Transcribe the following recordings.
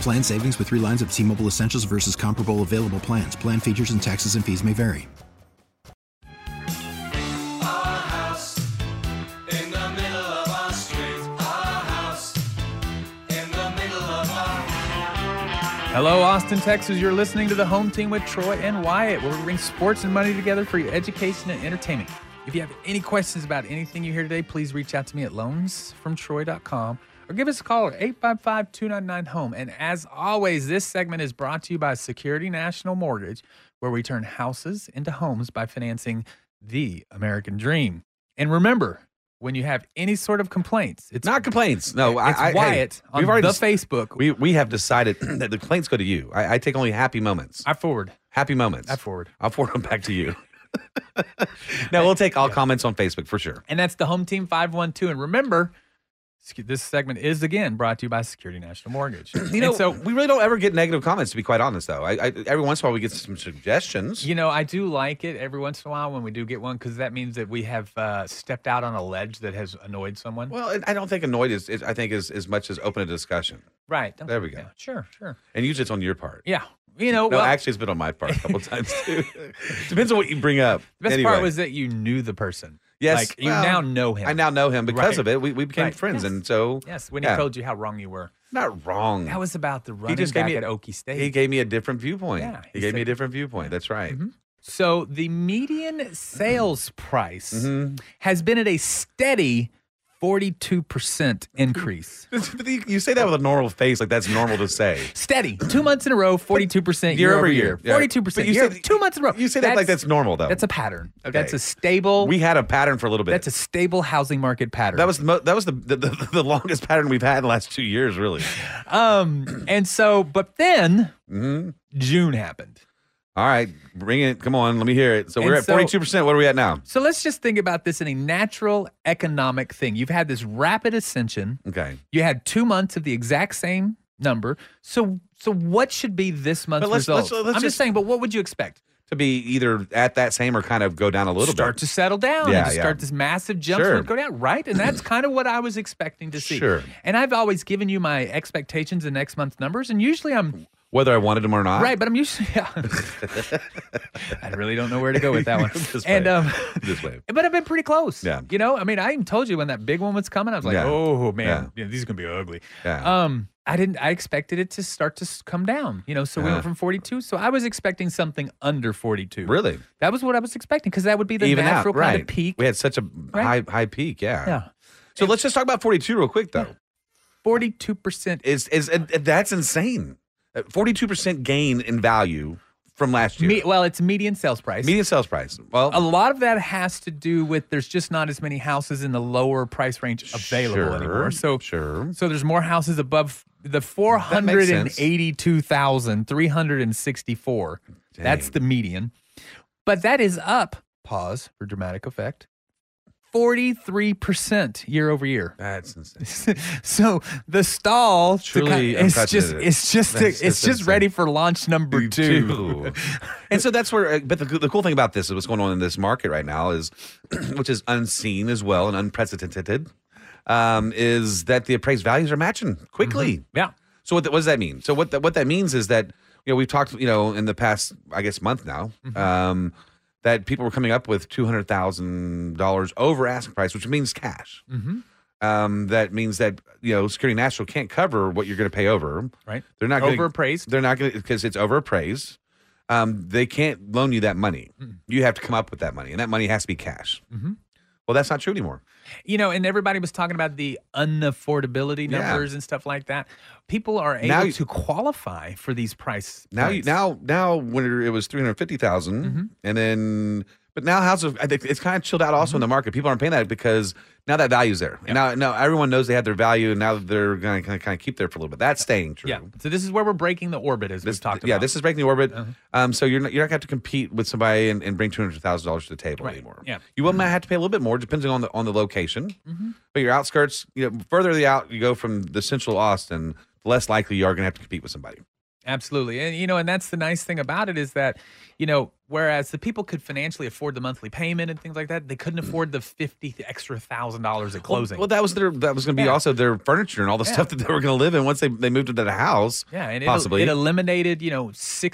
Plan savings with three lines of T Mobile Essentials versus comparable available plans. Plan features and taxes and fees may vary. Our house in the middle of our street. Our house in the middle of our. Hello, Austin, Texas. You're listening to the home team with Troy and Wyatt, where we bring sports and money together for your education and entertainment. If you have any questions about anything you hear today, please reach out to me at loansfromtroy.com or give us a call at 855 299 HOME. E. And as always, this segment is brought to you by Security National Mortgage, where we turn houses into homes by financing the American dream. And remember, when you have any sort of complaints, it's Not complaints. No, I, it's I, hey, Wyatt on we've already the des- Facebook. We we have decided that the complaints go to you. I, I take only happy moments. I forward. happy moments. I forward. I'll forward them back to you. no, we'll take all comments on Facebook for sure. And that's the home team 512. And remember, sec- this segment is again brought to you by Security National Mortgage. You know, and so so, we really don't ever get negative comments, to be quite honest, though. I, I, every once in a while, we get some suggestions. you know, I do like it every once in a while when we do get one because that means that we have uh, stepped out on a ledge that has annoyed someone. Well, and I don't think annoyed is, is I think, is as much as open a discussion. right. don't- there we go. yeah, sure, sure. And usually it's on your part. Yeah. You know, No, well, actually, it's been on my part a couple times, too. Depends on what you bring up. the best Anyway, part was that you knew the person. Yes, Like, you well, now know him. I now know him because Right. of it. We, we became Right. friends. Yes. And so, Yes, when Yeah. he told you how wrong you were. not wrong. That was about the running he just gave back me at Okie State. He gave me a different viewpoint. Yeah, he, he gave me a said- different viewpoint. That's right. So the median sales price Mhm. has been at a steady 42% increase. But you- you say that with a normal face, like that's normal to say. Steady. Two months in a row, 42% year, over year. Yeah. 42%. But you year say over- that- two months in a row. You say that like that's normal, though. That's a pattern. Okay. That's a stable we had a pattern for a little bit. that's a stable housing market pattern. that was the mo- that was the the, the the longest pattern we've had in the last two years, really. um and so but then Mhm. June happened. All right, bring it. Come on, let me hear it. So we're And at so- forty two percent. What are we at now? So let's just think about this in a natural economic thing. You've had this rapid ascension Okay, You had two months of the exact same number. So so what should be this month's But let's- result? let's- let's I'm just- just saying, but what would you expect? to be either at that same or kind of go down a little start bit. to settle down Yeah, and to yeah. start this massive jump Sure. sure. go down, right? And that's kind of what I was expecting to see. Sure. And I've always given you my expectations and next month's numbers, and usually I'm whether I wanted them or not. right, but I'm usually yeah. I really don't know where to go with that one. This and way. um this way. but I've been pretty close. Yeah. You know, I mean, I even told you when that big one was coming, I was like, Yeah. oh Yeah. man, yeah, these are gonna be ugly. Yeah. Um, I didn't. I expected it to start to s- come down. You know, so we Uh-huh. went from 42. So I was expecting something under 42. really. That was what I was expecting because that would be the Even out. natural Right. kind of peak. We had such a Right. high high peak. Yeah. yeah, So let's just talk about forty two real quick though. 42 percent. It's is that's insane. Forty two percent gain in value from last year. Me, well, it's median sales price. Median sales price. Well, a lot of that has to do with there's just not as many houses in the lower price range available sure, anymore. So, sure. Mm-hmm. so there's more houses above the 482,364. That's Dang. the median. But that is up, pause for dramatic effect, 43% year over year. That's insane. so the stall to Truly kind- it's just unprecedented. it's just That's- it's that's just insane. ready for launch number 2. and so that's where. uh, But the, the cool thing about this is what's going on in this market right now is, which is unseen as well and unprecedented, um, is that the appraised values are matching quickly. yeah. So what, th- what does that mean? So what th- what that means is that you know we've talked you know in the past I guess month now um, that people were coming up with two hundred thousand dollars over asking price, which means cash. Mhm. Um, that means that you know Security National can't cover what you're going to pay over. Right. They're not gonna- Overappraised. They're not going to because it's overappraised. Um, they can't loan you that money. You have to come up with that money, and that money has to be cash. Mhm. Well, that's not true anymore. You know, and everybody was talking about the unaffordability Yeah. numbers and stuff like that. People are able Now you- to qualify for these price. Now, you, points. now, now, when it was three Mm-hmm. and then, but now houses, I think it's kind of chilled out also Mm-hmm. in the market. People aren't paying that because now that value's there. And Now, now everyone knows they have their value, and now they're going to kind of keep there for a little bit. That's staying true. yeah. So this is where we're breaking the orbit, as This, we've talked about. Uh-huh. yeah, this is breaking the orbit. Um, so you're not, you're not going to have to compete with somebody and, and bring two hundred thousand dollars to the table Right. anymore. Yeah. Mm-hmm. you will might have to pay a little bit more, depending on the on the location. But your outskirts, you know, further the out you go from the central Austin, the less likely you are going to have to compete with somebody. Absolutely. And you know, and that's the nice thing about it is that, you know, whereas the people could financially afford the monthly payment and things like that, they couldn't afford the 50 extra thousand dollars at Well- closing. Well, that was their that was going to be Yeah. also their furniture and all the Yeah. stuff that they were going to live in once they, they moved into the house. yeah, and it, possibly. it eliminated, you know,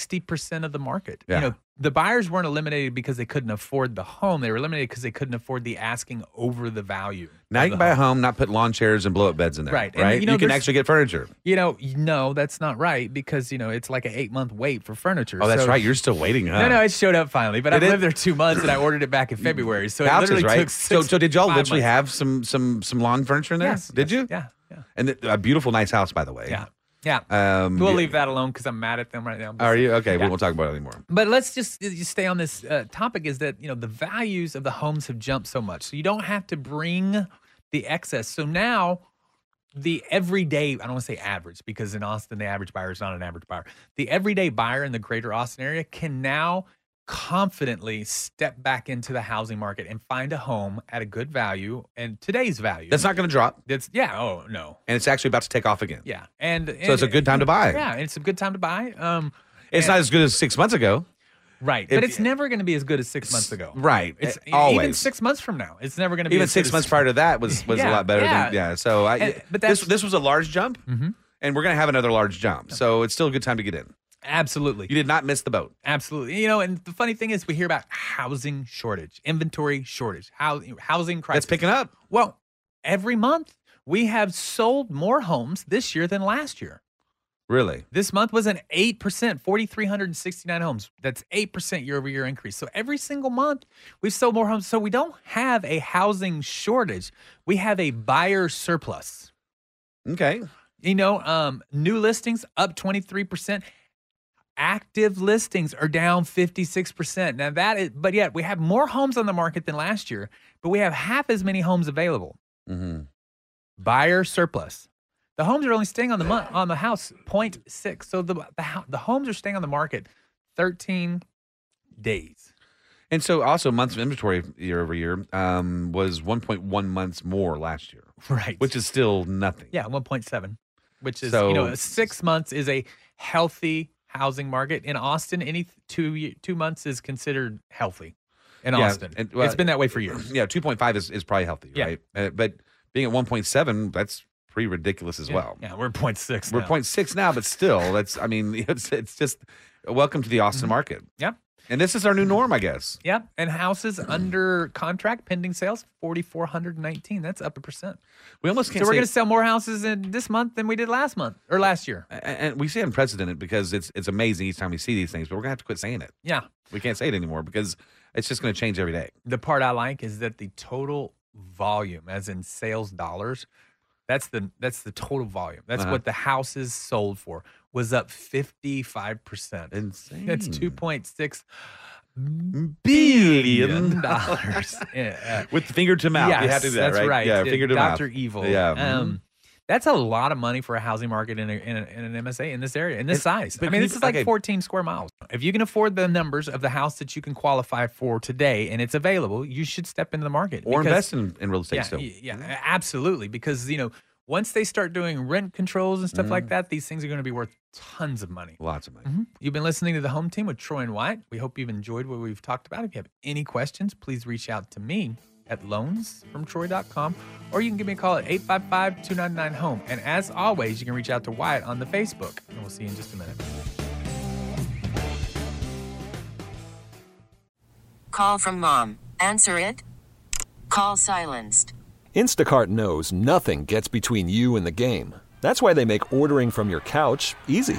60% of the market. Yeah. You know, the buyers weren't eliminated because they couldn't afford the home. They were eliminated because they couldn't afford the asking over the value. now of you can the buy a home, not put lawn chairs and blow up beds in there. Right. And, Right. you you, know, can there's- actually get furniture. You know, y- no, that's not right because you know it's like an eight month wait for furniture. Oh, that's So- right. You're still waiting, huh? No, no, it showed up finally, but I Uh, It is- lived there two months and I ordered it back in February. So Couches, it literally right? took so, six- so did y'all five literally months. have some some some lawn furniture in there? Yes, Did you? Yeah, yeah, And th- a beautiful, nice house, by the way. yeah, yeah. Um, we'll yeah. leave that alone because I'm mad at them right now. Are you okay? Yeah. We won't talk about it anymore. But let's just, just stay on this uh, topic is that, you know, the values of the homes have jumped so much. So you don't have to bring the excess. So now the everyday, I don't want to say average because in Austin, the average buyer is not an average buyer. The everyday buyer in the greater Austin area can now confidently step back into the housing market and find a home at a good value and today's value. That's not going to drop, that's yeah, oh no. and it's actually about to take off again. Yeah. And So it's a good time to buy. Yeah, it's a good time to buy. Um, It's not as good as six months ago. right, If- but it's never going to be as good as six months ago. Right. It's Eh, always. even six months from now. It's never going to be even as good six as- months prior to that was was Yeah, a lot better yeah. than yeah. So I, And- but but that's- Mm-hmm. this this was a large jump, and we're gonna have another large jump. So it's still a good time to get in. Absolutely, You did not miss the boat. absolutely. You know, and the funny thing is, we hear about housing shortage, inventory shortage, housing housing crisis. That's picking up. Well, every month we have sold more homes this year than last year. Really, This month was an 8%, 4,369 homes. That's 8% year over year increase. So every single month, we've sold more homes. So we don't have a housing shortage, we have a buyer surplus. okay. You know, um, new listings up 23%. Active listings are down 56%. Now that is, but yet we have more homes on the market than last year, but we have half as many homes available. Mhm. Buyer surplus. The homes are only staying on the month on the house 0.6. So the the, hou- the homes are staying on the market 13 days. And so also months of inventory year over year um, was 1.1 months more last year, Right. which is still nothing. Yeah, one point seven, which is you know So- six months is a healthy housing marget in Austin. Any th- two ye- two months is considered healthy in Yeah, Austin. and- well, it's been that way for years. yeah. 2.5 is, is probably healthy, Yeah. right? Uh, but being at 1.7, that's pretty ridiculous as well. yeah, we're point six. We're now. 0.6 now, but still, that's I mean, it's it's just welcome to the Mm-hmm. Austin market. Yeah. And this is our new norm, I guess. Yeah, and houses under contract pending sales forty four hundred nineteen. That's up a percent. We almost So can't. we're say- going to sell more houses in this month than we did last month or last year. a- and we say unprecedented because it's it's amazing each time we see these things, but we're gonna have to quit saying it. Yeah, We can't say it anymore because it's just gonna change every day. the part I like is that the total volume, as in sales dollars, that's the that's the total volume. That's Uh-huh. what the houses sold for was up fifty five percent. Insane. That's two point six billion billion dollars. Yeah, uh, with the finger to mouth. you have to do that, that's right? E, Yeah, Dr. finger to mouth. Dr. Evil. Yeah. mm-hmm. Um, that's a lot of money for a housing market in, a, in, a, in an MSA in this area, in this It- size. I but mean, you- this is like okay. 14 square miles. If you can afford the numbers of the house that you can qualify for today and it's available, you should step into the market. Or because- invest in, in real estate yeah, still. y- Yeah, a- absolutely. Because, you know, once they start doing rent controls and stuff like that, these things are going to be worth tons of money. Lots of money. Mhm. You've been listening to The Home Team with Troy and White. We hope you've enjoyed what we've talked about. If you have any questions, please reach out to me at loansfromtroy.com or you can give me a call at 855 299 Home. E. And as always, you can reach out to Wyatt on the Facebook. And we'll see you in just a minute. Call from mom. Answer it. Call silenced. Instacart knows nothing gets between you and the game. That's why they make ordering from your couch easy.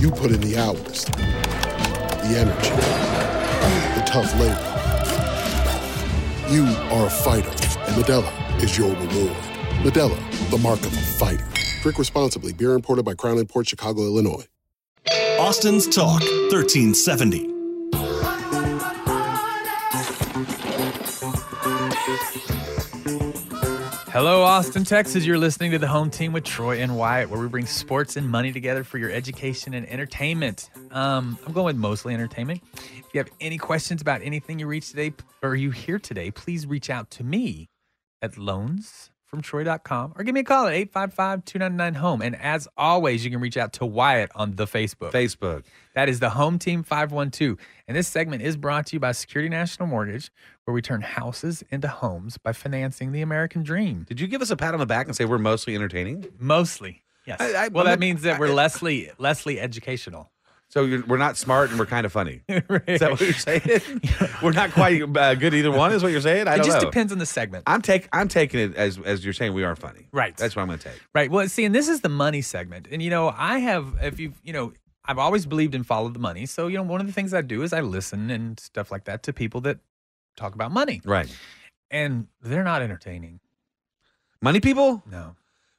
You put in the hours, the energy, the tough labor. You are a fighter, and Medella is your reward. Medella, the mark of a fighter. Drink responsibly. Beer imported by Crown Port Chicago, Illinois. Austin's Talk 1370. Hello, Austin, Texas. You're listening to the home team with Troy and Wyatt, where we bring sports and money together for your education and entertainment. Um, I'm going with mostly entertainment. If you have any questions about anything you reach today or you hear today, please reach out to me at loansfromtroy.com or give me a call at 855 299 home. E. And as always, you can reach out to Wyatt on the Facebook. Facebook. That is the Home Team 512. And this segment is brought to you by Security National Mortgage, where we turn houses into homes by financing the American dream. Did you give us a pat on the back and say we're mostly entertaining? Mostly. Yes. I- I- well, that I'm- means that we're I- Leslie Leslie educational. So you're, we're not smart and we're kind of funny. Is that what you're saying? we're not quite uh, good either one. Is what you're saying? I it don't just know. depends on the segment. I'm take I'm taking it as as you're saying we are funny. Right. That's what I'm going to take. Right. Well, see, and this is the money segment. And, you know, I have, if you've, you know, I've always believed in follow the money. So, you know, one of the things I do is I listen and stuff like that to people that talk about money. Right. And they're not entertaining. Money people. No.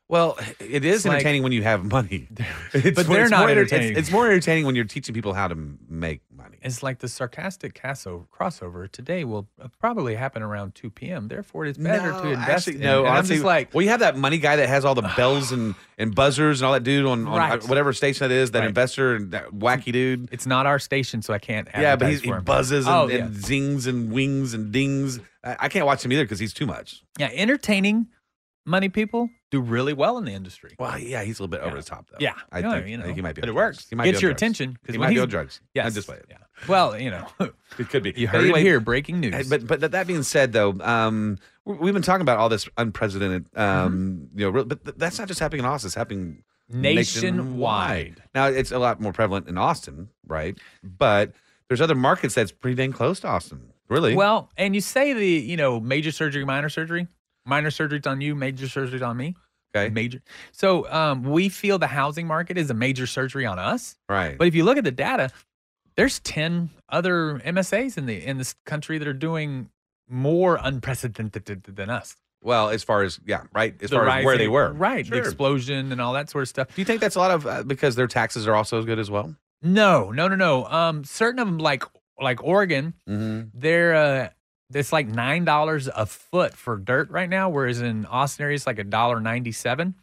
Well, it is like- entertaining when you have money. It's- But it's they're not more enter- entertaining. It's, it's more entertaining when you're teaching people how to m- make money. It's like the sarcastic crossover, crossover today will probably happen around 2 p.m. Therefore, it's better to invest actually, in. no. And honestly, I'm just like, well, you have that money guy that has all the bells and, and buzzers and all that dude on, on Right. whatever station that is, that Right. investor and that wacky dude. it's not our station, so I can't Yeah, but advertise he's, he for him. buzzes and, Oh, yeah. and zings and wings and dings. I, I can't watch him either because he's too much. Yeah, entertaining money people do really well in the industry. Well, yeah, he's a little bit over the top though. Yeah, I, no, think, you I think know, he might be. but on it drugs. works. He might Gets be on your drugs. attention, 'cause He when might be on he's- drugs. Yes. I'm just playing. Yeah. Well, you know, It could be. you heard Anyway, it here. Breaking news. But but that, that being said, though, um, we- we've been talking about all this unprecedented, um, Mm-hmm. you know, real- but th- that's not just happening in Austin. It's happening Nationwide. Now it's a lot more prevalent in Austin, right? But there's other markets that's pretty dang close to Austin, really. well, and you say the you know major surgery, minor surgery, minor surgery's on you, major surgery's on me. okay, Major. So um, we feel the housing market is a major surgery on us. right. But if you look at the data, there's ten other MSAs in the in this country that are doing more unprecedented than us. well, as far as yeah, right, as The far as where rising- they were, right? Sure. The explosion and all that sort of stuff. Do you think that's a lot of uh, because their taxes are also as good as well? No, no, no, no. Um, certain of them, like like Oregon, Mm-hmm. they're uh, it's like nine dollars a foot for dirt right now, whereas in Austin area it's like a dollar ninety seven.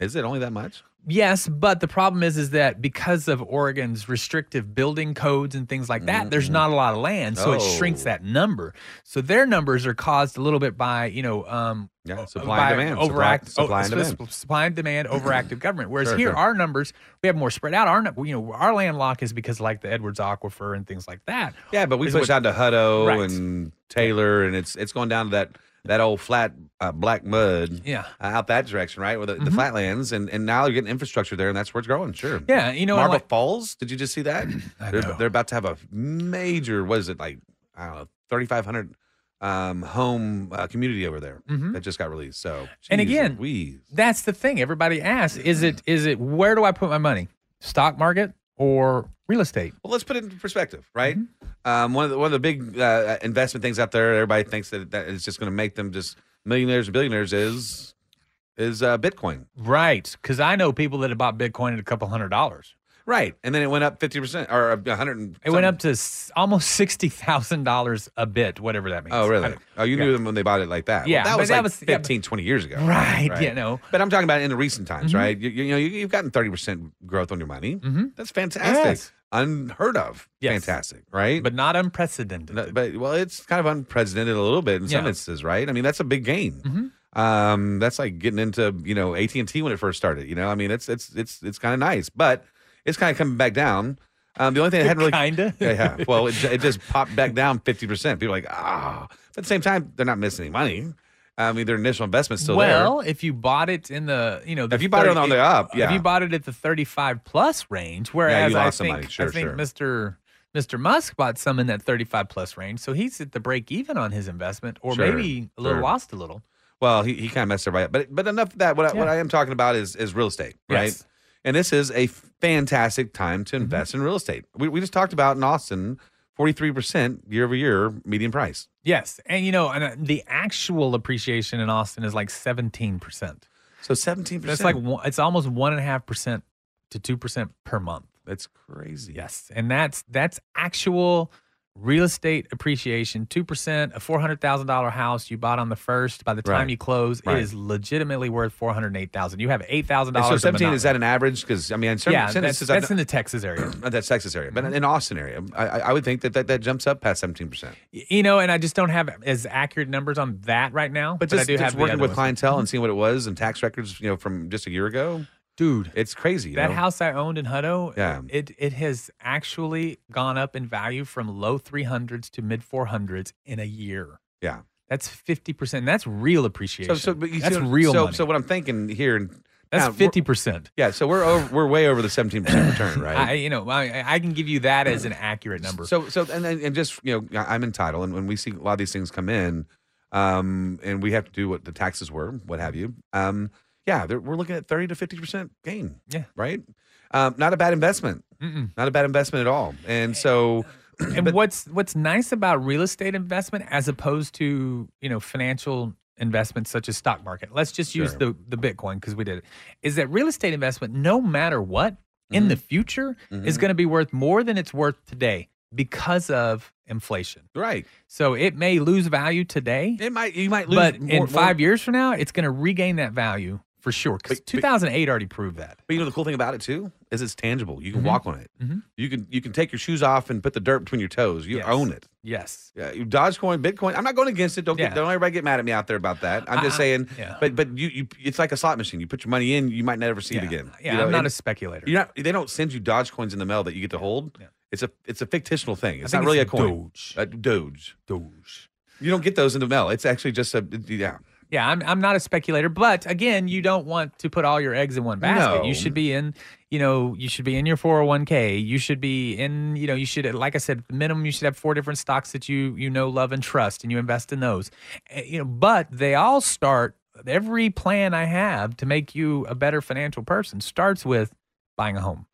Is it only that much? Yes, but the problem is is that because of Oregon's restrictive building codes and things like that, there's not a lot of land, so it shrinks Oh. that number. So their numbers are caused a little bit by you know um, Yeah, o- supply and by demand. overact- oh, Supply- supply and s- demand. s- supply and demand, overactive government. Whereas Sure, here, sure. our numbers we have more spread out. Our nu- you know our land lock is because like the Edwards Aquifer and things like that. Yeah, but we is push what- down to Hutto Right. and Taylor, and it's it's going down to that that old flat uh, black mud. Yeah. Mm-hmm. uh, out that direction, right, with the, the flatlands, and and now you're getting infrastructure there, and that's where it's growing. Sure. Yeah, you know, and Marble like- Falls. Did you just see that? I they're, know. they're about to have a major. What is it like? I don't know, thirty five hundred um home uh, community over there Mhm. that just got released. So And geez again, Louise. That's the thing. Everybody asks, is it is it where do I put my money? Stock market or Real estate. Well, let's put it into perspective, right? Mm-hmm. Um, one of the one of the big uh, investment things out there, everybody thinks that that is just going to make them just millionaires and billionaires is is uh, Bitcoin, right? Because I know people that have bought Bitcoin at a couple hundred dollars, right? And then it went up fifty percent or uh, a hundred. It went up to s- almost sixty thousand dollars a bit, whatever that means. Oh, I really? don't- Oh, you yeah. knew them when they bought it like that. Well, Yeah, but that was that like was- yeah, 15, 20 years ago. Right, you know. But I'm talking about in the recent times, Mhm. right? You, you know, you, you've gotten 30% growth on your money. Mhm. That's fantastic. Yes. Unheard of. Yes. Fantastic, right? But not unprecedented. But, well, it's kind of unprecedented a little bit in some Yeah. Mm-hmm. instances, right? I mean, that's a big gain. Um, that's like getting into, you know, AT&T when it first started, you know? I mean, it's it's it's it's kind of nice, but it's kind of coming back down. Um, the only thing that hadn't really Kinda. yeah, yeah. Well, it, ju- it just popped back down fifty percent. People are like, ah. But at the same time, they're not missing any money. I mean, their initial investment's still well, if you bought it in the you know, the If you bought it on the up, if yeah. you bought it at the thirty-five plus range, whereas I think lost some money. Sure, I think sure. Mr. Mr. Musk bought some in that thirty-five plus range, so he's at the break even on his investment, or Sure, maybe a little sure. lost a little. there. Well, he, he kind of messed everybody up. But but enough of that. What I, what Yeah. I am talking about is is real estate, right? Yes. And this is a fantastic time Mm-hmm. to invest in real estate. We, we just talked about in Austin, forty three percent year over year median price. Yes, and you know, and uh, the actual appreciation in Austin is like seventeen percent. So seventeen percent. That's like one, it's almost one and a half percent to two percent per month. that's crazy. Yes, and that's that's actual real estate appreciation. Two percent, a four hundred thousand dollar house you bought on the first. By the time Right. you close, Right. it is legitimately worth four hundred eight thousand. You have eight thousand And dollars. so seventeen is that an average? Because I mean, in certain Yeah, that's, sentences, I that's Mm-hmm. kn- in the Texas area. not that Texas area, but in Austin area, I, I I would think that, that that jumps up past seventeen percent. Y- You know, and I just don't have as accurate numbers on that right now. But, But just, I do just have the working other Mm-hmm. with ones. clientele and seeing what it was and tax records, you know, from just a year ago, dude. it's crazy. you That know? house I owned in Hutto, Yeah. it it has actually gone up in value from low 300s to mid 400s in a year. yeah. That's 50%. That's real So, appreciation. so but you see that's what- real So, money. so what I'm thinking here, and now, that's we're- 50%. Yeah, so we're over, we're way over the seventeen percent return, right? I, you know, I, I can give you that as an accurate number. So, so, and and and just you know, I- I'm entitled, and when we see a lot of these things come in, um, and we have to do what the taxes were, what have you, um, yeah, they're- we're looking at thirty to fifty percent gain. Yeah. right. Um, not a bad investment. Mm-mm. Not a bad investment at all. And so, and what's what's nice about real estate investment as opposed to you know financial investments such as stock market let's just use Sure. the the bitcoin because we did it is that real estate investment no matter what in the Mm-hmm. future is Mhm. going to be worth more than it's worth today because of inflation right, so it may lose value today it might you might lose, but more- in more- five years from now it's going to regain that value for sure because But- but- 2008 already proved that But you know the cool thing about it too is it's tangible. You can Mhm. walk on it. Mhm. You can you can take your shoes off and put the dirt between your toes. You Yes. own it. yes Yeah, you- Dogecoin, Bitcoin. I'm not going against it. Don't Yeah. get, don't everybody get mad at me out there about that. I'm just I- I- saying. yeah. But but you, you it's like a slot machine. You put your money in, you might never see it again. yeah You know, i'm not and a speculator you're not. They don't send you Dogecoins in the mail that you get to hold. Yeah. It's a it's a fictional thing. It's think not really it's a coin. Doge. A Doge. Doge. You don't get those in the mail. It's actually just a yeah. Yeah, I'm, I'm not a speculator, but again, you don't want to put all your eggs in one basket. No. You should be in, you know, you should be in your 401k. You should be in, you know, you should, like I said, minimum, you should have four different stocks that you you know, love and trust, and you invest in those. Eh, You know, but they all start. Every plan I have to make you a better financial person starts with buying a home.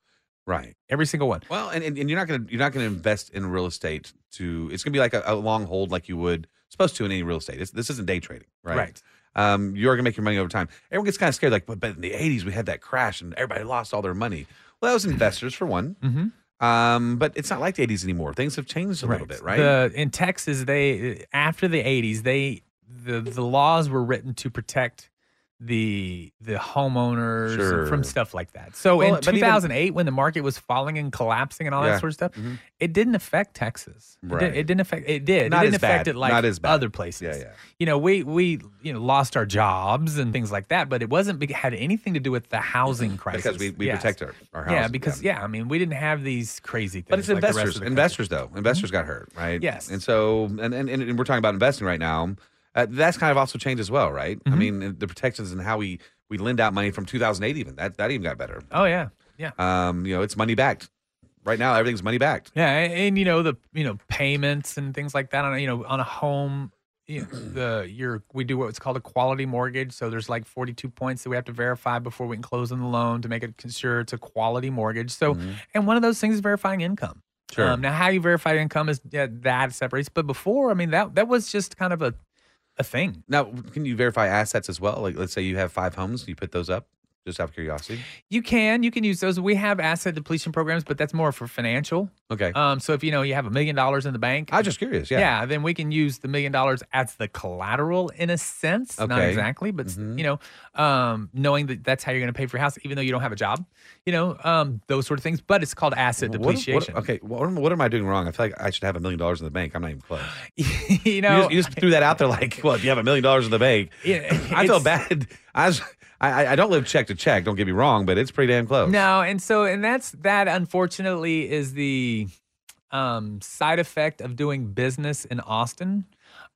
Right. Every single one. Well, and, and, and you're not gonna you're not gonna invest in real estate to. It's gonna be like a, a long hold, like you would supposed to in any real estate. It's, this isn't day trading, right? Um, you're gonna make your money over time. Everyone gets kind of scared, like, but, but in the '80s we had that crash and everybody lost all their money. Well, that was investors for one. Mm-hmm. Um, but it's not like the '80s anymore. Things have changed a little bit, right? The, in Texas, they after the '80s, they the the laws were written to protect the the homeowners Sure. from stuff like that. So Well, in but even- 2008, when the market was falling and collapsing and all Yeah. that sort of stuff, Mhm. it didn't affect Texas. It, Right. did, it didn't affect. It did. Not it didn't as affect bad. it like Not as bad. other places. Yeah, yeah. You know, we we you know lost our jobs Mm-hmm. and things like that, but it wasn't be- had anything to do with the housing crisis because we, we Yes. protect our, our houses. Yeah, because yeah. I mean, we didn't have these crazy things. But it's like the rest investors. of the country. investors, though, investors got hurt, right? Mm-hmm. Yes. And so, and and, and we're talking about investing right now. Uh, that's kind of also changed as well, right? I Mhm. mean, the protections and how we we lend out money from 2008, even that that even got better. Oh yeah, yeah. Um, you know, it's money backed. Right now, everything's money backed. Yeah, a- and, you know the you know payments and things like that on a, you know on a home you know, the your we do what's called a quality mortgage. So there's like 42 points that we have to verify before we can close on the loan to make it sure it's a quality mortgage. So and one of those things is verifying income. Mm-hmm. Um, Sure. now, how you verify income is yeah, that separates. But before, I mean, that that was just kind of a a thing. Now, can you verify assets as well? Like, let's say you have five homes, you put those up, just out of curiosity. You can you can use those. We have asset depletion programs, but that's more for financial. Okay. Um, so if you know you have a million dollars in the bank, I was just curious. Yeah. yeah, then we can use the million dollars as the collateral in a sense, not Okay. Mm-hmm. exactly, but s- you know, um, knowing that that's how you're going to pay for your house, even though you don't have a job, you know, um, those sort of things. But it's called asset What- what- depreciation. okay. What, am- what am I doing wrong? I feel like I should have a million dollars in the bank. I'm not even close. you know, you just, you just threw that out there like, well, if you have a million dollars in the bank, Yeah, I feel it's- bad. I, was, I I- I don't live check to check. Don't get me wrong, but it's pretty damn close. No, and so and that's that unfortunately is the um side effect of doing business in Austin.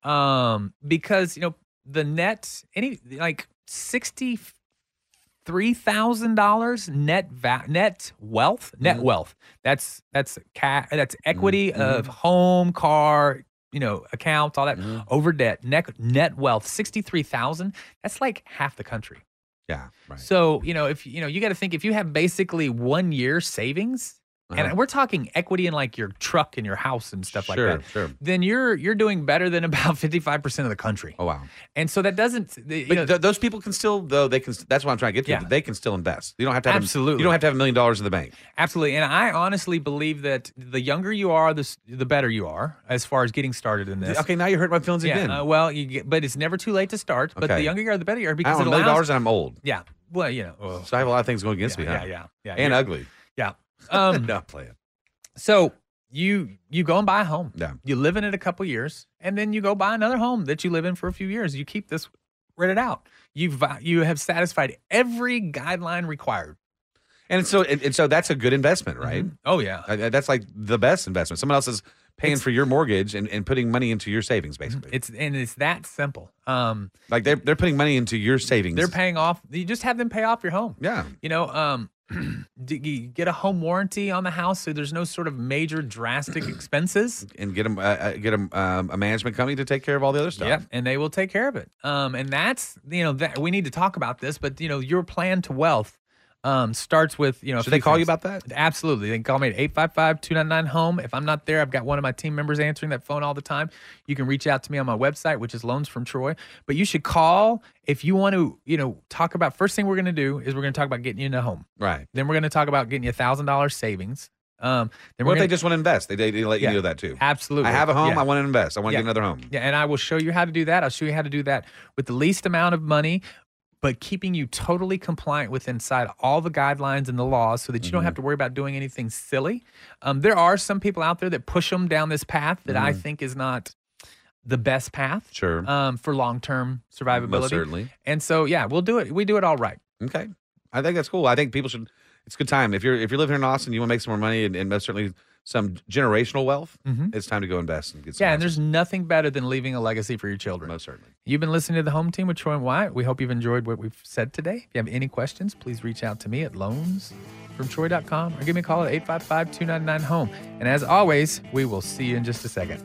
Um because you know the net any like sixty three thousand dollars net va- net wealth net wealth that's that's ca- that's equity of home car you know accounts all that over debt net net wealth sixty three thousand that's like half the country Yeah. Right. so you know, if you know, you got to think if you have basically one year savings, Uh-huh. and we're talking equity in like your truck and your house and stuff Sure, like that, sure. then you're you're doing better than about fifty five percent of the country. Oh wow. And so that doesn't, the- you But know, th- those people can still, though they can. That's what I'm trying to get to. Yeah. that They can still invest. You don't have to have Absolutely. You don't have to have a million dollars in the bank. absolutely. And I honestly believe that the younger you are, the s- the better you are as far as getting started in this. Okay, now you hurt my feelings again. Yeah. Uh, well, you get, but it's never too late to start. But the Okay. younger you are, the better you are I because don't it have a million allows. dollars and I'm old, yeah. Well, you know. well, so I have a lot of things going against me. yeah, huh? yeah, yeah. and you're- ugly. Yeah. Um, Not playing. So you you go and buy a home. Yeah. You live in it a couple years, and then you go buy another home that you live in for a few years. You keep this rented out. You've vi- you have satisfied every guideline required. And so, and, and so that's a good investment, right? Oh yeah. Uh, uh, That's like the best investment. Someone else is paying for your mortgage and, and putting money into your savings, basically. It's and it's that simple. Um, Like they're they're putting money into your savings. they're paying off. You just have them pay off your home. yeah. You know, um, do you get a home warranty on the house, so there's no sort of major drastic expenses. and get them uh, uh, get 'em, um, a management company to take care of all the other stuff. Yep, and they will take care of it. Um, and that's you know that we need to talk about this, but you know your plan to wealth um starts with you know. a Should they few call you things. about that? Absolutely, they can call me at 855-299-HOME. If I'm not there, I've got one of my team members answering that phone all the time. You can reach out to me on my website, which is Loans from Troy. But you should call if you want to. You know, talk about first thing we're going to do is we're going to talk about getting you into a home. Right. Then we're going to talk about getting you a thousand dollars savings. Um, then what we're if gonna, they just want to invest? They, they, they let you Yeah. do that too. absolutely. I have a home. Yeah. I want to invest. I want to Yeah. get another home. Yeah, and I will show you how to do that. I'll show you how to do that with the least amount of money, but keeping you totally compliant with inside all the guidelines and the laws so that Mm-hmm. you don't have to worry about doing anything silly. Um, there are some people out there that push them down this path that I think is not the best path Mm-hmm. Sure. um, for long term survivability. Most certainly. And so, yeah, we'll do it. We do it all right. Okay. I think that's cool. I think people should. It's a good time if you're if you're living here in Austin, you want to make some more money and, and most certainly some generational wealth. Mhm. It's time to go invest and get. Some Yeah, and assets. there's nothing better than leaving a legacy for your children. most certainly. You've been listening to the home team with Troy and Wyatt. We hope you've enjoyed what we've said today. If you have any questions, please reach out to me at loansfromtroy.com or give me a call at 855 299 home. E. And as always, we will see you in just a second.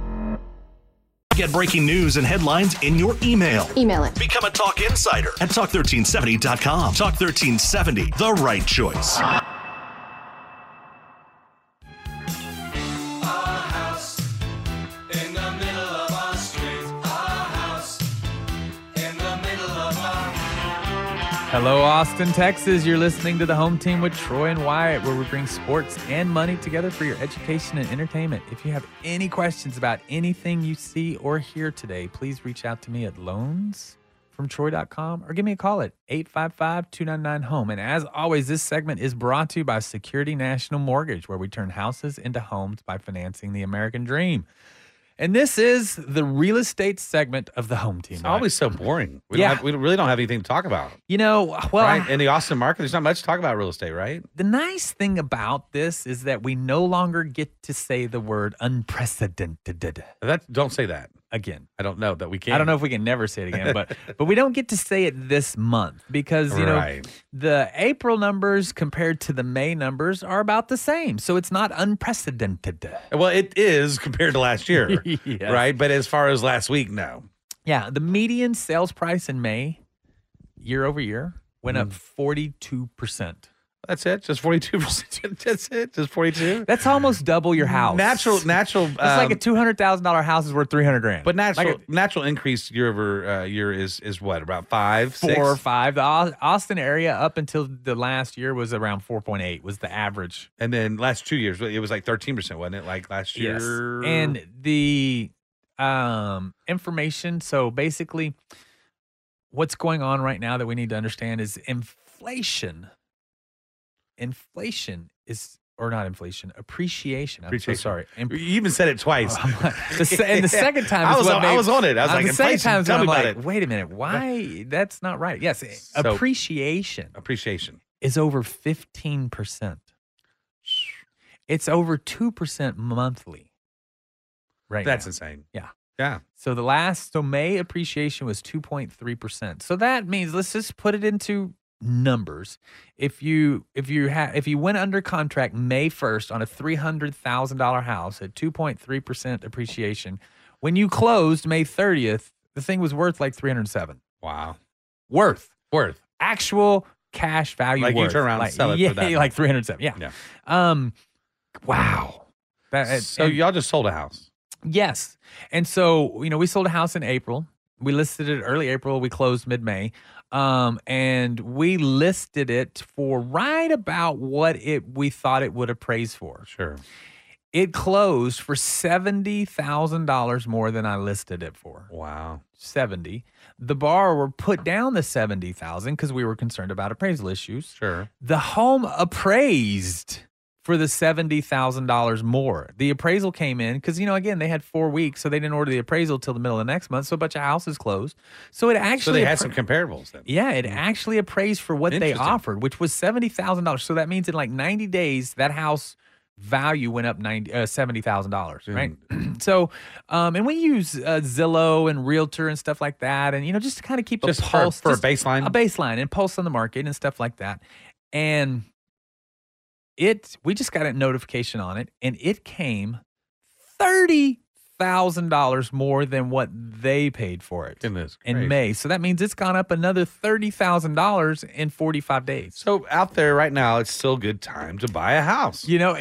Get breaking news and headlines in your email. Email it. Become a Talk Insider at Talk1370.com. Talk 1370, the right choice. Our house in the middle of our street. Our house in the middle of our. Hello, Austin, Texas. You're listening to the home team with Troy and Wyatt, where we bring sports and money together for your education and entertainment. If you have any questions about anything you see or hear today, please reach out to me at loansfromtroy.com from Troy.com or give me a call at 855 299 Home. E. And as always, this segment is brought to you by Security National Mortgage, where we turn houses into homes by financing the American dream. And this is the real estate segment of the home team. It's always so boring. We, Yeah. don't have, we really don't have anything to talk about. You know, well, right? in the Austin market, there's not much to talk about real estate, right? the nice thing about this is that we no longer get to say the word unprecedented That don't say that again. I don't know that we can. I don't know if we can never say it again, but but we don't get to say it this month because you Right. know the April numbers compared to the May numbers are about the same, so it's not unprecedented. Well, it is compared to last year, Yes. right? But as far as last week, no. Yeah, the median sales price in May, year over year, went up forty two percent. That's it. Just forty two percent. That's it. Just forty two. That's almost double your house. Natural, natural. It's like a two hundred thousand dollar house is worth three hundred grand. But natural, like natural increase year over uh, year is is what about five, four six? or five. The Au- Austin area up until the last year was around four point eight was the average. And then last two years, it was like thirteen percent, wasn't it? Like last Yes. year. And the um, information. So basically, what's going on right now that we need to understand is inflation. Inflation is, or not inflation, appreciation. I'm Appreciation. so sorry. Imp- you even said it twice. the se- and the second time I is was what on, I made- was on it. I was uh, like, the second inflation, time is tell when me I'm about like, it. wait a minute, why? That's not right. Yes, So- appreciation Appreciation. is over 15%. It's over 2% monthly. Right. That's now. insane. Yeah. Yeah. So the last, so May appreciation was 2.3%. So that means let's just put it into numbers. If you if you ha- if you went under contract May 1st on a $300,000 house at 2.3% appreciation, when you closed May 30th, the thing was worth like 307. Wow. Worth Worth. actual cash value Like you worth. turn around and sell it for yeah, that. like 307. Yeah. Yeah. Um wow. That, So and- y'all just sold a house. Yes. And so, you know, we sold a house in April. We listed it early April. We closed mid May. Um, and we listed it for right about what it we thought it would appraise for. Sure. It closed for seventy thousand dollars more than I listed it for. Wow. 70. The borrower put down the 70,000 because we were concerned about appraisal issues. Sure. The home appraised for the $70,000 more. The appraisal came in because, you know, again, they had four weeks, so they didn't order the appraisal till the middle of the next month. So a bunch of houses closed. So it actually. so they had appra- some comparables then. yeah, it actually appraised for what they Interesting. offered, which was seventy thousand dollars. So that means in like ninety days, that house value went up ninety uh, seventy thousand dollars, right? so, um, and we use uh, Zillow and Realtor and stuff like that, and you know, just to kind of keep Just a for- pulse for a just baseline? a baseline, and pulse on the market and stuff like that, and it we just got a notification on it, and it came thirty thousand dollars more than what they paid for it Goodness in gracious. May. So that means it's gone up another thirty thousand dollars in forty five days. So out there right now, it's still a good time to buy a house. You know,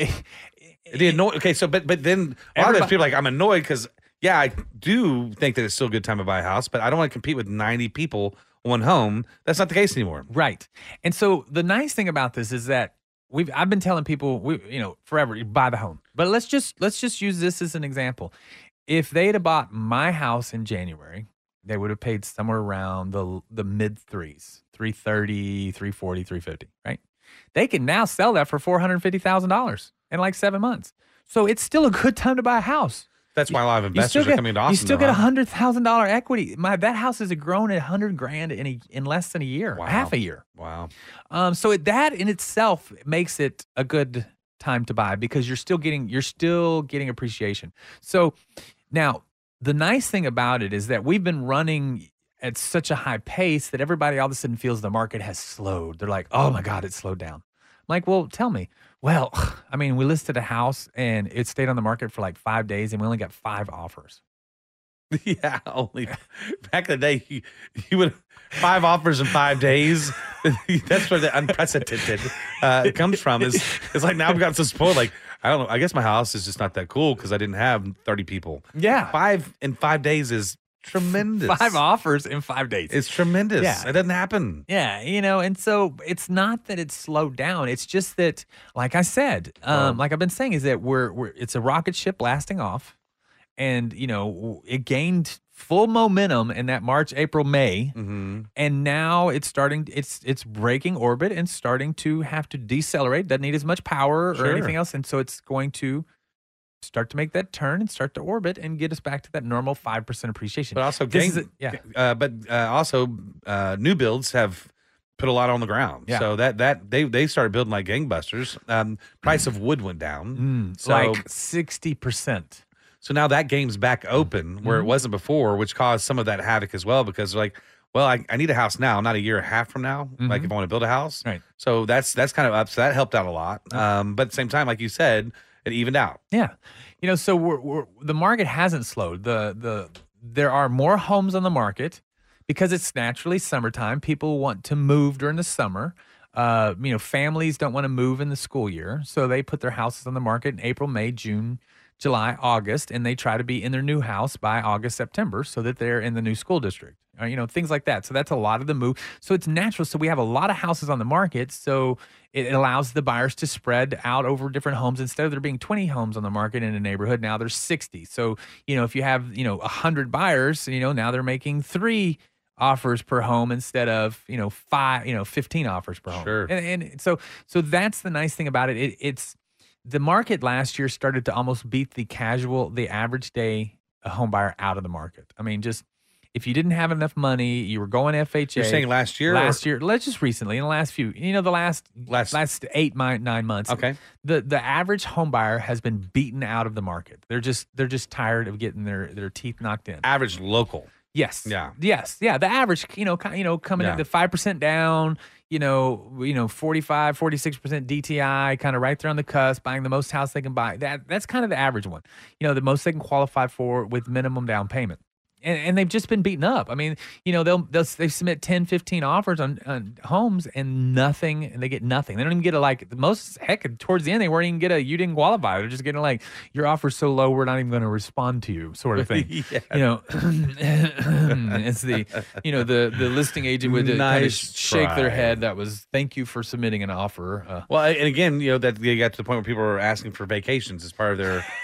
The annoy- okay, so but but then a lot of those Everybody- people are like I'm annoyed because yeah, I do think that it's still a good time to buy a house, but I don't want to compete with 90 people on one home. That's not the case anymore. right? And so the nice thing about this is that we've I've been telling people we you know forever you buy the home, but let's just let's just use this as an example. If they'd have bought my house in January, they would have paid somewhere around the the mid threes, 330, 340, 350, right? They can now sell that for $450,000 in like 7 months. So it's still a good time to buy a house. That's why a lot of You still investors get, are coming to Austin. you still though, get a huh? hundred thousand dollar equity. My that house has grown at hundred grand in a, in less than a year, Wow. half a year. Wow. Um, so it, that in itself makes it a good time to buy because you're still getting you're still getting appreciation. So now the nice thing about it is that we've been running at such a high pace that everybody all of a sudden feels the market has slowed. They're like, oh my god, it slowed down. I'm like, well, tell me. Well, I mean, we listed a house and it stayed on the market for like five days, and we only got five offers. Yeah, only back in the day you, you would five offers in five days. That's where the unprecedented uh, comes from. Is it's like now I've gotten so spoiled. Like I don't know. I guess my house is just not that cool because I didn't have thirty people. Yeah. five in five days is tremendous. five offers in five days. It's tremendous. Yeah. It doesn't happen. yeah, you know, and so it's not that it's slowed down. It's just that, like I said, Uh-huh. um, like I've been saying, is that we're, we're it's a rocket ship blasting off, and you know, w- it gained full momentum in that March, April, May, Mm-hmm. and now it's starting. It's it's breaking orbit and starting to have to decelerate. Doesn't need as much power or Sure. anything else, and so it's going to start to make that turn and start to orbit and get us back to that normal five percent appreciation. But also, This is gang- a- yeah. Uh, but uh, also, uh, new builds have put a lot on the ground. Yeah. So that that they they started building like gangbusters. Um, price of wood went down. Mm, so like sixty percent. So now that game's back open where Mhm. it wasn't before, which caused some of that havoc as well. Because they're like, well, I, I need a house now, not a year and a half from now. Like Mhm. if I want to build a house, Right. So that's that's kind of up. So that helped out a lot. Um, but at the same time, like you said, it evened out. Yeah, you know, so we're, we're, the market hasn't slowed. The the there are more homes on the market because it's naturally summertime. People want to move during the summer. Uh, you know, families don't want to move in the school year, so they put their houses on the market in April, May, June, July, August, and they try to be in their new house by August, September, so that they're in the new school district. Or, you know, things like that. So that's a lot of the move. So it's natural. So we have a lot of houses on the market. So it allows the buyers to spread out over different homes. Instead of there being 20 homes on the market in a neighborhood, now there's 60. So, you know, if you have, you know, 100 buyers, you know, now they're making three offers per home instead of, you know, five, you know, 15 offers per home. Sure. And, and so, so that's the nice thing about it. it. It's the market last year started to almost beat the casual, the average day uh, home buyer out of the market. I mean, just, if you didn't have enough money, you were going FHA. You're saying last year or- Last year, let's just recently in the last few, you know, the last last last eight mi- nine months. Okay. The the average home buyer has been beaten out of the market. They're just they're just tired of getting their their teeth knocked in. Average local. Yes. Yeah. Yes. Yeah. The average, you know, ki- you know, coming Yeah. at the five percent down, you know, you know, 45, 46 percent DTI, kind of right there on the cusp, buying the most house they can buy. That that's kind of the average one. You know, the most they can qualify for with minimum down payment. And, and they've just been beaten up. I mean, you know, they'll, they'll they submit 10, 15 offers on, on homes and nothing, and they get nothing. They don't even get a like the most heck towards the end. They weren't even get a you didn't qualify. They're just getting like your offer's so low, we're not even going to respond to you, sort of thing. Yeah. You know, it's the you know the the listing agent would uh, kind of Nice shake their try. head. That was thank you for submitting an offer. Uh, Well, and again, you know that they got to the point where people were asking for vacations as part of their.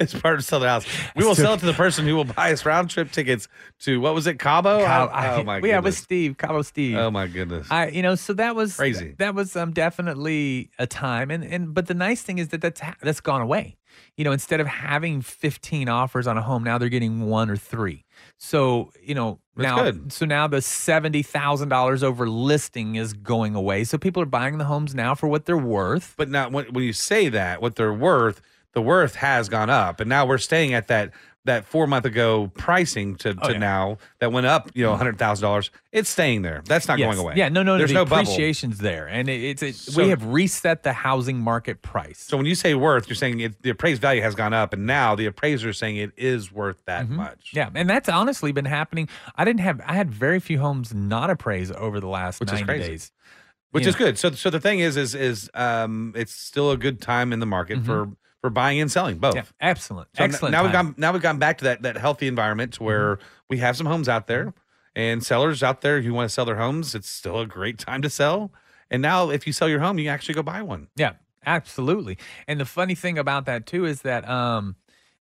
It's part of sell the house. We will sell it to the person who will buy us round trip tickets to what was it, Cabo? Cabo- oh my yeah, with goodness! Steve Cabo Steve. Oh my goodness! I you know so that was Crazy. That was um definitely a time and and but the nice thing is that that's ha- that's gone away. You know, instead of having 15 offers on a home, now they're getting one or three. So you know That's now good. so now the seventy thousand dollars over listing is going away. So people are buying the homes now for what they're worth. But now, when, when you say that, what they're worth, the worth has gone up, and now we're staying at that that four month ago pricing to, to Oh, yeah. now that went up, you know, hundred thousand dollars. It's staying there. That's not Yes. going away. Yeah, no, no, There's the no bubble. appreciation's there, and it, it's it, So- we have reset the housing market price. So when you say worth, you're saying it, the appraised value has gone up, and now the appraiser is saying it is worth that much. Mm-hmm. Yeah, and that's honestly been happening. I didn't have I had very few homes not appraised over the last Which is 90 crazy. days. which Yeah. is good. So, so the thing is, is, is, um, it's still a good time in the market for for buying and selling both. Mm-hmm. Yeah, excellent, Oh. So n- excellent. Now we've time. Mm-hmm. gone, now we've gone back to that that healthy environment to where we have some homes out there and sellers out there who want to sell their homes. It's still a great time to sell. And now, if you sell your home, you can actually go buy one. Yeah, absolutely. And the funny thing about that too is that um,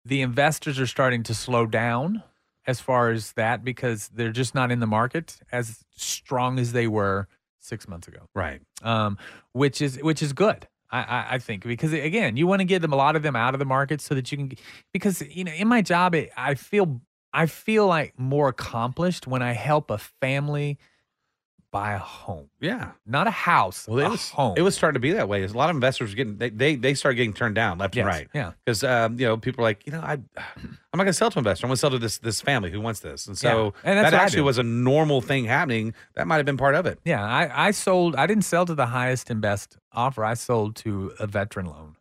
the investors are starting to slow down as far as that because they're just not in the market as strong as they were six months ago. Right. um, which is which is good. I, I, I think because again, you want to get them a lot of them out of the market so that you can because you know in my job it, I feel I feel like more accomplished when I help a family buy a home, Yeah. not a house, Well, it a was home. it was starting to be that way. A lot of investors were getting they they, they started getting turned down left Yes, and right. yeah. because um, you know people are like, you know, I I'm not going to sell to an investor. I'm going to sell to this this family who wants this. And so Yeah, and that's that what I actually do. was a normal thing happening. That might have been part of it. Yeah, I, I sold. I didn't sell to the highest and best offer. I sold to a veteran loan.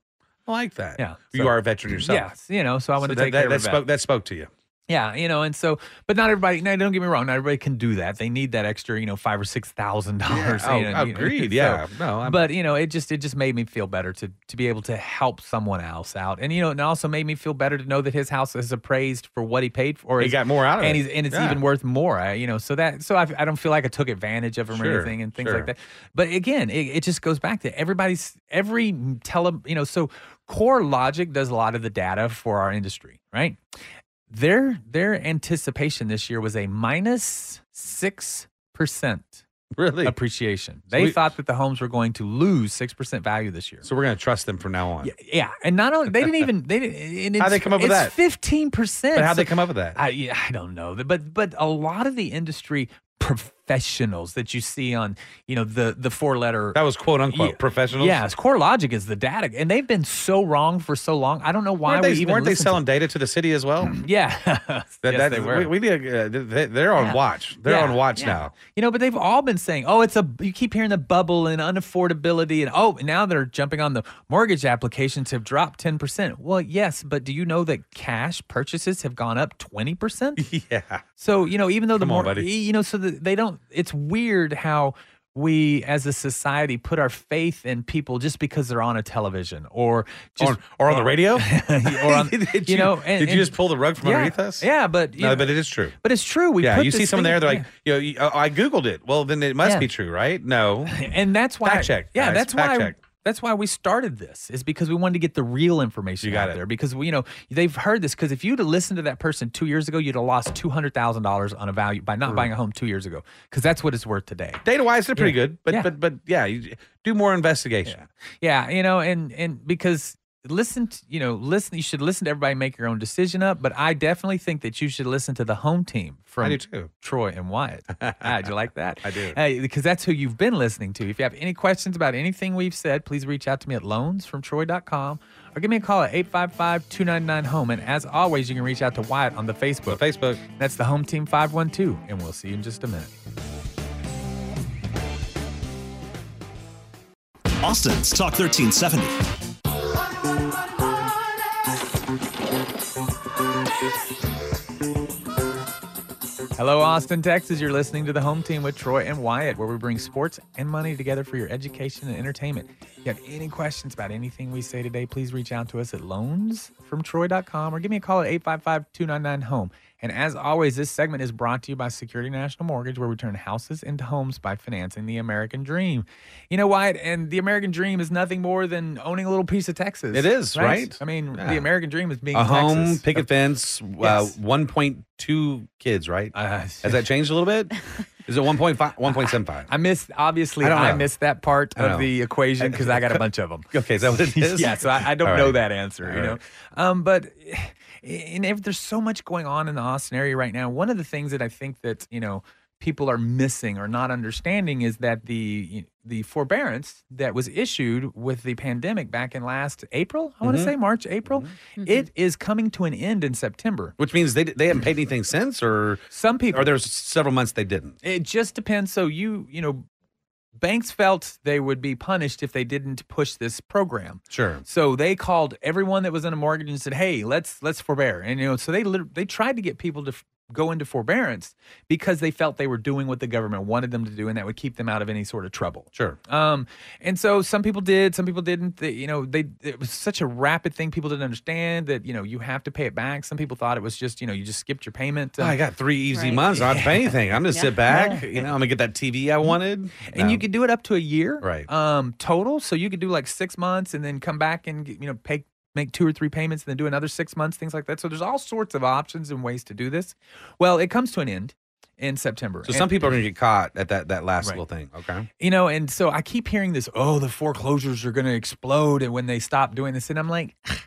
I like that. Yeah, you so- are a veteran yourself. Yes, you know, so I want to So that, take that, care that of a vet. spoke that spoke to you. Yeah, you know, and so, but not everybody. Now, don't get me wrong. Not everybody can do that. They need that extra, you know, five or six thousand dollars. Yeah, oh, agreed, yeah. No, I'm- but you know, it just it just made me feel better to to be able to help someone else out, and you know, it also made me feel better to know that his house is appraised for what he paid for. or He is- got more out of and it. he's and it's Yeah. even worth more. I, you know, so that so I, I don't feel like I took advantage of him or Sure, anything and things sure. like that. But again, it, it just goes back to everybody's every tele. You know, so Core Logic does a lot of the data for our industry, right? Their their anticipation this year was a minus six percent really appreciation. They we- thought that the homes were going to lose six percent value this year. So we're going to trust them from now on. Yeah, yeah, and not only they didn't even they didn't. And How'd they it's- come up with it's that? Fifteen percent. But how'd they come up with that? I, yeah, I don't know, but but a lot of the industry professionals that you see on you know the the four letter That was quote unquote Yeah. professionals. Yes, Core Logic is the data, and they've been so wrong for so long. I don't know why Weren't they, we even weren't they listen selling data to the city as well? To, yeah, that, That, yes, that- they were. We, we need a- uh, they, they're on Yeah. watch. They're Yeah, on watch yeah. now. You know, but they've all been saying, "Oh, it's a." You keep hearing the bubble and unaffordability, and oh, now they're jumping on the mortgage applications have dropped ten percent. Well, yes, but do you know that cash purchases have gone up twenty percent? Yeah. So you know, even though the Come on, more buddy. you know, so that they don't. It's weird how we as a society put our faith in people just because they're on a television or just Or- or on the radio? or on, Did you you- know. did you just pull the rug from yeah, underneath us? Yeah, but you No, know, but it is true. but it's true. We yeah, put you see this someone thing- there, they're yeah. like, you know, you, I I Googled it. Well, then it must Yeah. be true, right? No. and that's why Fact check, Yeah, guys. that's Fact why. check. That's why we started this is because we wanted to get the real information out there because we, you know they've heard this because if you'd have listened to that person two years ago you'd have lost two hundred thousand dollars on a value by not buying a home two years ago because that's what it's worth today. Data wise, they're pretty Yeah. good, but Yeah. but but yeah, you do more investigation. Yeah, you know, and and because listen, to, you know, listen. You should listen to everybody make your own decision up. But I definitely think that you should listen to the home team from do too. Troy and Wyatt. ah, do you like that? I do. Hey, because that's who you've been listening to. If you have any questions about anything we've said, please reach out to me at loansfromtroy.com or give me a call at 855-299-HOME. E. And as always, you can reach out to Wyatt on the Facebook. Facebook. That's the Home Team 512. And we'll see you in just a minute. Austin's Talk 1370. Hello, Austin, Texas. You're listening to the Home Team with Troy and Wyatt, where we bring sports and money together for your education and entertainment. If you have any questions about anything we say today, please reach out to us at loansfromtroy.com or give me a call at 855 299 Home. And as always, this segment is brought to you by Security National Mortgage, where we turn houses into homes by financing the American dream. You know, Wyatt, and the American dream is nothing more than owning a little piece of Texas. It is, right? I mean, Yeah. the American dream is being a in Texas. home, picket fence, Yes. uh, 1.2 kids, right? Uh, Has that changed a little bit? Is it 1.5, 1.75? I missed obviously I don't I, know. missed that part I don't of know. the equation because I got a bunch of them. Okay, is that what it is? yeah, so I, I don't All know right. that answer, you All know. right. Um, but and if there's so much going on in the Austin area right now, one of the things that I think that you know people are missing or not understanding is that the the forbearance that was issued with the pandemic back in last April, I want to Mhm. say March, April, Mm-hmm. it is coming to an end in September. Which means they they haven't paid anything since, or some people, or there's several months they didn't. It just depends. So you, you know, banks felt they would be punished if they didn't push this program. Sure. So they called everyone that was in a mortgage and said, "Hey, let's let's forbear." And you know, so they lit- they tried to get people to f- go into forbearance because they felt they were doing what the government wanted them to do, and that would keep them out of any sort of trouble. Sure. Um, and so some people did, some people didn't. They, you know, they it was such a rapid thing. People didn't understand that you know you have to pay it back. Some people thought it was just you know you just skipped your payment. I Um, got three easy months. I'm not paying anything. I'm gonna sit back. You know, I'm gonna get that TV I wanted. Mm-hmm. Um, and you could do it up to a year Right. um total so you could do like six months and then come back and get- you know pay make two or three payments and then do another six months things like that so there's all sorts of options and ways to do this well it comes to an end in september So And- some people are gonna get caught at that that last Right. little thing. Okay. you know and so i keep hearing this oh the foreclosures are going to explode and when they stop doing this and i'm like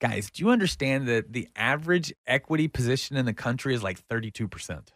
guys do you understand that the average equity position in the country is like 32%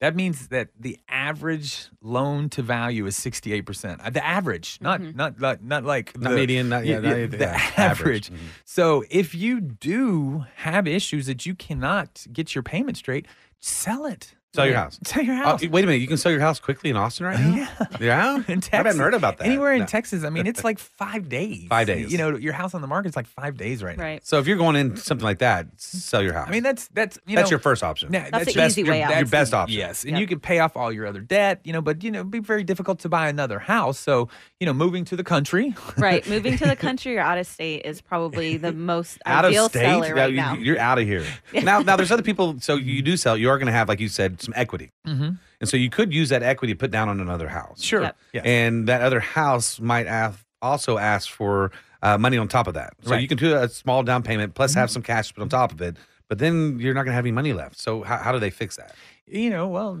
that means that the average loan to value is 68%. Uh, The average, not not like not like Not the, median, not- yeah, y- not y- anything, the yeah, average. average. Mhm. So if you do have issues that you cannot get your payment straight, sell it. Sell your house. Sell your Uh, house. Uh, wait a minute. You can sell your house quickly in Austin right now. Yeah. Yeah. in Texas, I haven't heard about that. Anywhere in No. Texas, I mean, it's like five days. Five days. You know, your house on the market's like five days right now. Right. So if you're going in something like that, sell your house. I mean, that's that's you that's know, your first option. Now, that's your your best- your, Your best option. Yes, and you could pay off all your other debt, you know, but you know, it'd be very difficult to buy another house. So, you know, moving to the country, Right. Moving to the country or out of state is probably the most out of ideal state, seller right you- now. you're out of here. now, now there's other people. So you do sell. You are going to have, like you said, some equity, Mhm. and so you could use that equity to put down on another house. Sure. Yep. Yes. And that other house might af- also ask for uh, money on top of that. So Right. Mm-hmm. you can do a small down payment plus have some cash put on top of it. But then you're not going to have any money left. So how, how do they fix that? You know, well,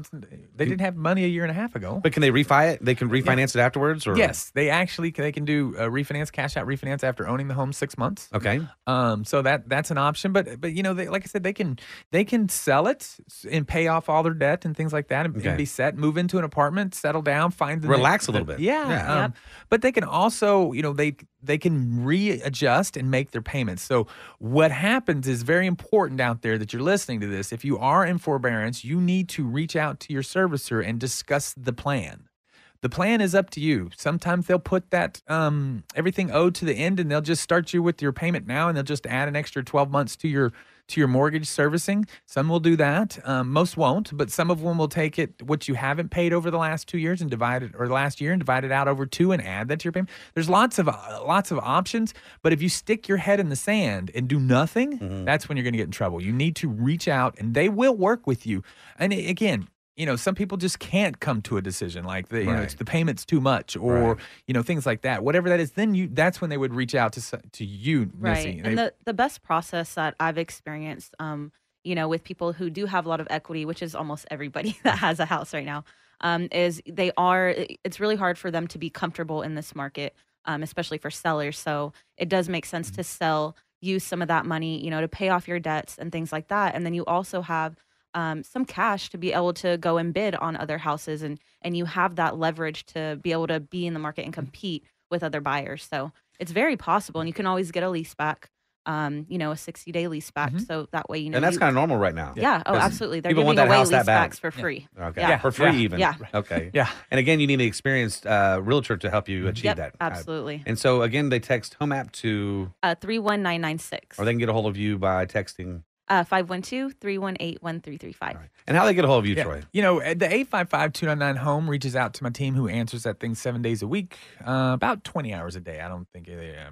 they didn't have money a year and a half ago. But can they refi it? They can refinance it afterwards, or Yes, they actually they can do a refinance, cash out refinance after owning the home six months. Okay. Um, so that that's an option, but but you know, they, like I said, they can they can sell it and pay off all their debt and things like that, and, and Okay. be set, move into an apartment, settle down, find the Relax next- a little bit. Yeah, Yeah. um, but they can also, you know, they they can readjust and make their payments. So what happens is very important out there that you're listening to this. If you are in forbearance, you need to reach out to your servicer and discuss the plan the plan is up to you. Sometimes they'll put that um, everything owed to the end, and they'll just start you with your payment now, and they'll just add an extra twelve months to your to your mortgage servicing. Some will do that. Um, most won't, but some of them will take it what you haven't paid over the last two years and divide it, or last year and divide it out over two and add that to your payment. There's lots of uh, lots of options, but if you stick your head in the sand and do nothing, that's when you're going to get in trouble. You need to reach out, and they will work with you. And a- again you know, some people just can't come to a decision like the, you know, Right. it's the payments too much or, you know, things like that, whatever that is, then you, that's when they would reach out to, s- to you, Missy. Right. They- And the, the best process that I've experienced, um, you know, with people who do have a lot of equity, which is almost everybody that has a house right now, um, is they are, it- it's really hard for them to be comfortable in this market, um, especially for sellers. So it does make sense to sell, use some of that money, you know, to pay off your debts and things like that. And then you also have, um, some cash to be able to go and bid on other houses and and you have that leverage to be able to be in the market and compete with other buyers so it's very possible and you can always get a lease back um, you know a 60 day lease back so that way you know Mm-hmm. and that's you- kind of normal right now. yeah, oh 'Cause absolutely they're people giving want that away house lease that bad. backs for free Okay. yeah. For free, Yeah. even. Yeah. Mm-hmm. Okay. Yeah. And again, you need an experienced uh, realtor to help you achieve Yep, that. Uh, absolutely And so again, they text home app to, uh, 31996 or they can get a hold of you by texting. uh, 512-318-1335 And how they get a hold of you, Yeah. Troy? You know, at the 855 299 home reaches out to my team who answers that thing seven days a week, uh, about 20 hours a day. I don't think they, uh,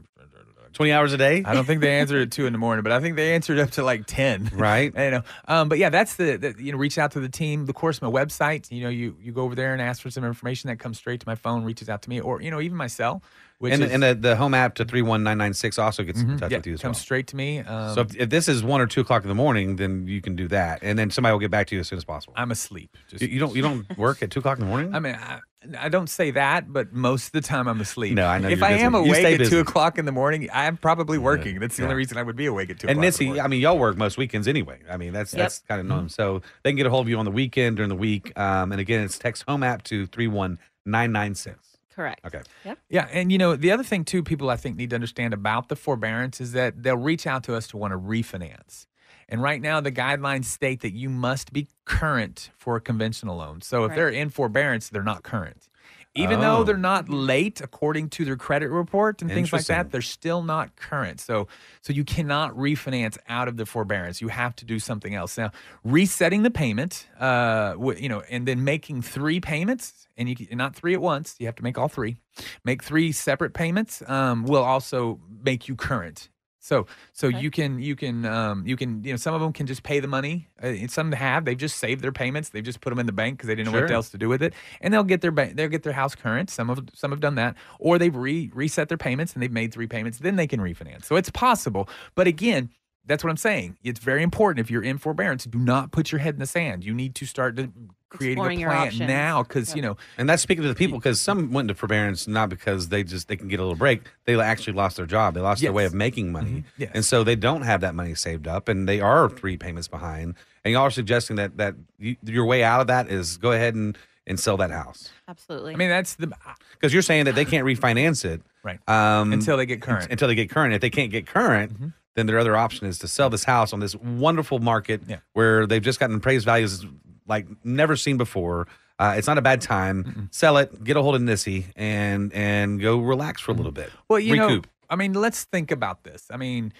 20 hours a day? I don't think they answered at two in the morning, but I think they answered up to like 10. Right. you know um, but yeah that's the, the you know reach out to the team of course my website you know you you go over there and ask for some information that comes straight to my phone reaches out to me or you know even my cell which and is, and the, the home app to 31996 also gets in Mhm, touch yeah, with you as comes well. straight to me um, so if, if this is one or two o'clock in the morning, then you can do that, and then somebody will get back to you as soon as possible. i'm asleep just, you, you don't you don't work at two o'clock in the morning. i mean I, I don't say that but most of the time i'm asleep No, I know if you're i busy. am You awake stay at busy. two o'clock in the morning i'm probably working that's the yeah. only reason i would be awake at two and o'clock in the Nissy, I mean, y'all work most weekends anyway. I mean, that's Yep. that's kind of known. So they can get a hold of you on the weekend during the week. Um, and again, it's text home app to three one nine nine six. correct Okay. yep Yeah, and you know the other thing too, people I think need to understand about the forbearance is that they'll reach out to us to want to refinance. And right now, the guidelines state that you must be current for a conventional loan. So if Right. they're in forbearance, they're not current. Even though Oh. they're not late according to their credit report and things like Interesting. that, they're still not current. So, so you cannot refinance out of the forbearance. You have to do something else. Now, resetting the payment, uh, wh- you know, and then making three payments, and you c- not three at once. You have to make all three. Make three separate payments um, will also make you current. So, so you can you can um, you can you know some of them can just pay the money. Uh, and some have they've just saved their payments. They've just put them in the bank because they didn't know what Sure. else to do with it, and they'll get their ba- they'll get their house current. Some of some have done that, or they've re- reset their payments and they've made three payments. Then they can refinance. So it's possible, but again. That's what I'm saying. It's very important if you're in forbearance, do not put your head in the sand. You need to start to creating Exploring a your plan options. now because you Yep. know And that's speaking to the people because some went into forbearance not because they just they can get a little break. They actually lost their job. They lost their way Yes. Mm-hmm. of making money, Yes. and so they don't have that money saved up, and they are three payments behind. And y'all are suggesting that that you, your way out of that is go ahead and and sell that house absolutely I mean that's the because you're saying that they can't refinance it right um, Until they get current. Mm-hmm. Until they get current. If they can't get current, then their other option is to sell this house on this wonderful market Yeah. where they've just gotten appraised values like never seen before. Uh, it's not a bad time. Sell it, get a hold of Nissy, and and go relax for a little bit. Mm-hmm. Well, you recoup. know, I mean, let's think about this. I mean,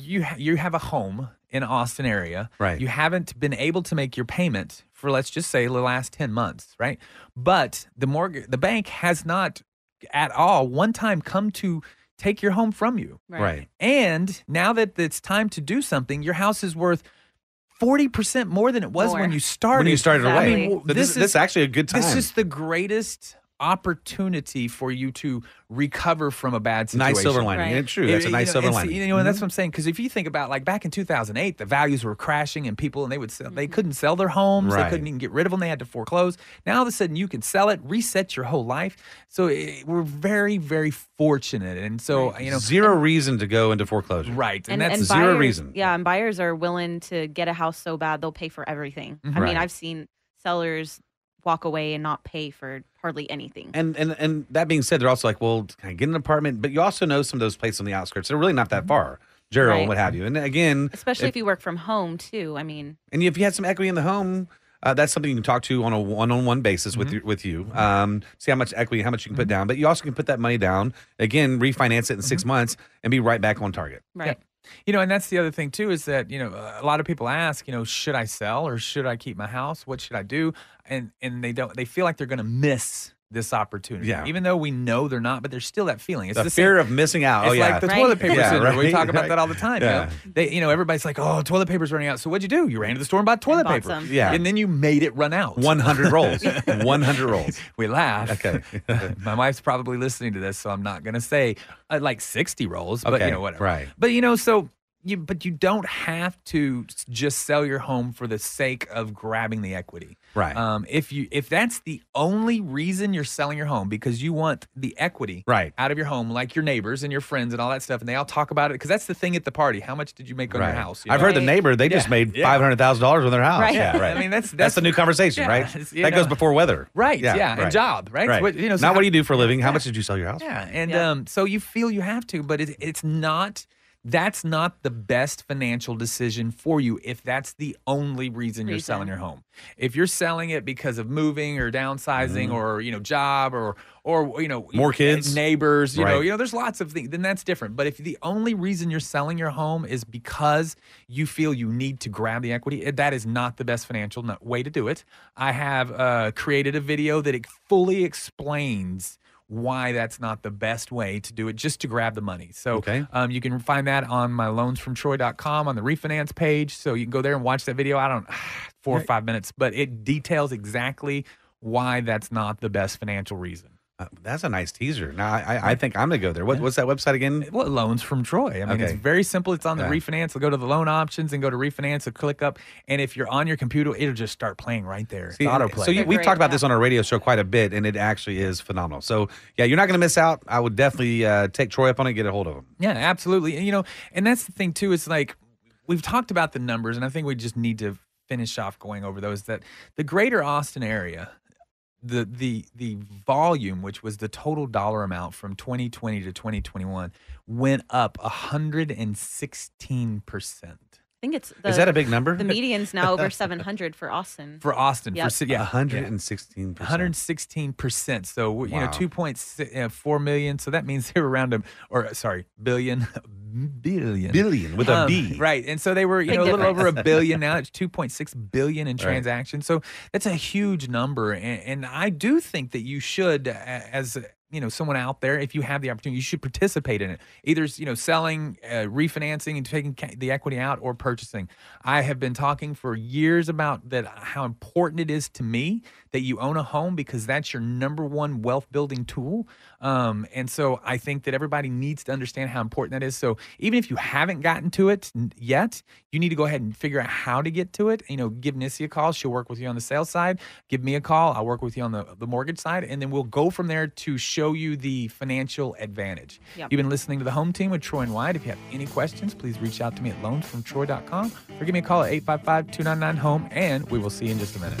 you ha- you have a home in Austin area, Right. You haven't been able to make your payment for let's just say the last ten months, right? But the mortgage, the bank has not at all one time come to take your home from you, Right. Right. And now that it's time to do something, your house is worth. Forty percent more than it was More. when you started. When you started I away, mean, w- But this, this is actually a good time. This is the greatest opportunity for you to recover from a bad situation. Nice silver lining. Right. Yeah, true. That's a you nice know, silver and see- lining. Mm-hmm. You know, and that's what I'm saying. Because if you think about like back in 2008, the values were crashing and people and they would sell, they couldn't sell their homes. Mm-hmm. Right. They couldn't even get rid of them. They had to foreclose. Now all of a sudden you can sell it, reset your whole life. So it, we're very, very fortunate. And so, you know, zero reason to go into foreclosure. Right. And, that's zero buyers- reason. Yeah, and buyers are willing to get a house so bad they'll pay for everything. I Right. mean, I've seen sellers walk away and not pay for hardly anything. And and and that being said, they're also like, well, can I get an apartment? But you also know some of those places on the outskirts. They're really not Mm-hmm. that far, Gerald, Right. what have you. And again, Especially if, you work from home too. I mean, and if you had some equity in the home. Uh, that's something you can talk to on a one-on-one basis Mm-hmm. with you, with you. Um, see how much equity, how much you can put down, but you also can put that money down again, refinance it in Mm-hmm. 6 months, and be right back on target. Right. You know, and that's the other thing too is that you know a lot of people ask, you know, should I sell or should I keep my house? What should I do? And and they don't. They feel like they're going to miss this opportunity. Yeah. Even though we know they're not, but there's still that feeling. It's the, the same- fear of missing out. It's oh yeah, like the toilet paper Yeah, syndrome. We right, talk about right. that all the time. you know? Yeah. They, you know, everybody's like, "Oh, toilet paper's running out." So what'd you do? You ran to the store and bought toilet bought paper. some. Yeah. and then you made it run out. 100 rolls. 100 rolls. We laugh. Okay. My wife's probably listening to this, so I'm not gonna say uh, like 60 rolls, but Okay, you know whatever. right. But you know, so you but you don't have to s- just sell your home for the sake of grabbing the equity. Right. Um, if you if that's the only reason you're selling your home because you want the equity Right. out of your home, like your neighbors and your friends and all that stuff, and they all talk about it because that's the thing at the party. How much did you make on Right. your house? you I've know? heard the neighbor they just Yeah. made Yeah. five hundred thousand dollars on their house. Right. Yeah, Yeah. right. I mean, that's- the new conversation, yeah, right? it's- That you goes know. before weather, Right, yeah, and job, right? It's what- you know, so not how- what do you do for a living. How much did you sell your house? for? Yeah, and um, so you feel you have to, but it, it's not. That's not the best financial decision for you if that's the only reason you're selling your home. If you're selling it because of moving or downsizing or you know job or or you know Mm-hmm. More kids? neighbors, you know, Right. you know, there's lots of things. Then that's different. But if the only reason you're selling your home is because you feel you need to grab the equity, eh, that is not the best financial no- way to do it. I have uh, created a video that it fully explains why that's not the best way to do it just to grab the money. So um, you can find that on my loansfromtroy.com on the refinance page. So you can go there and watch that video. I don't four or five minutes, but it details exactly why that's not the best financial reason. Uh, that's a nice teaser. Now I, I, I think I'm gonna go there. What, What's that website again? What loans from Troy? I mean, it's okay. very simple. It's on the Yeah. refinance. Go to the loan options and go to refinance. And click up, and if you're on your computer, it'll just start playing right there. See, it's autoplay. So you, we've talked about this on our radio show quite a bit, and it actually is phenomenal. So yeah, you're not gonna miss out. I would definitely uh, take Troy up on it, get a hold of him. Yeah, absolutely. And you know, and that's the thing too. It's like we've talked about the numbers, and I think we just need to finish off going over those. That the greater Austin area, the the the volume, which was the total dollar amount from 2020 to 2021, went up 116 percent I think it's the, Is that a big number? The median's now over 700 for Austin. for Austin. Yep. For city, yeah, 116. 116 percent. So you Wow. know, 2.4 uh, million. So that means they were around a or sorry, billion, billion, Um, Billion with a B. right? And so they were, you Big know, a little over a difference. billion now. It's 2.6 billion in Right. transactions. So that's a huge number, and, and I do think that you should, a- as you know, someone out there, if you have the opportunity, you should participate in it. Either you know, selling, uh, refinancing, and taking ca- the equity out, or purchasing. I have been talking for years about that how important it is to me that you own a home because that's your number one wealth building tool. Um, and so I think that everybody needs to understand how important that is. So even if you haven't gotten to it n- yet, you need to go ahead and figure out how to get to it. You know, give Nissi a call. She'll work with you on the sales side. Give me a call. I'll work with you on the, the mortgage side. And then we'll go from there to show you the financial advantage. Yep. You've been listening to the home team with Troy and Wyatt. If you have any questions, please reach out to me at loansfromtroy.com or give me a call at 855 299 home. And we will see you in just a minute.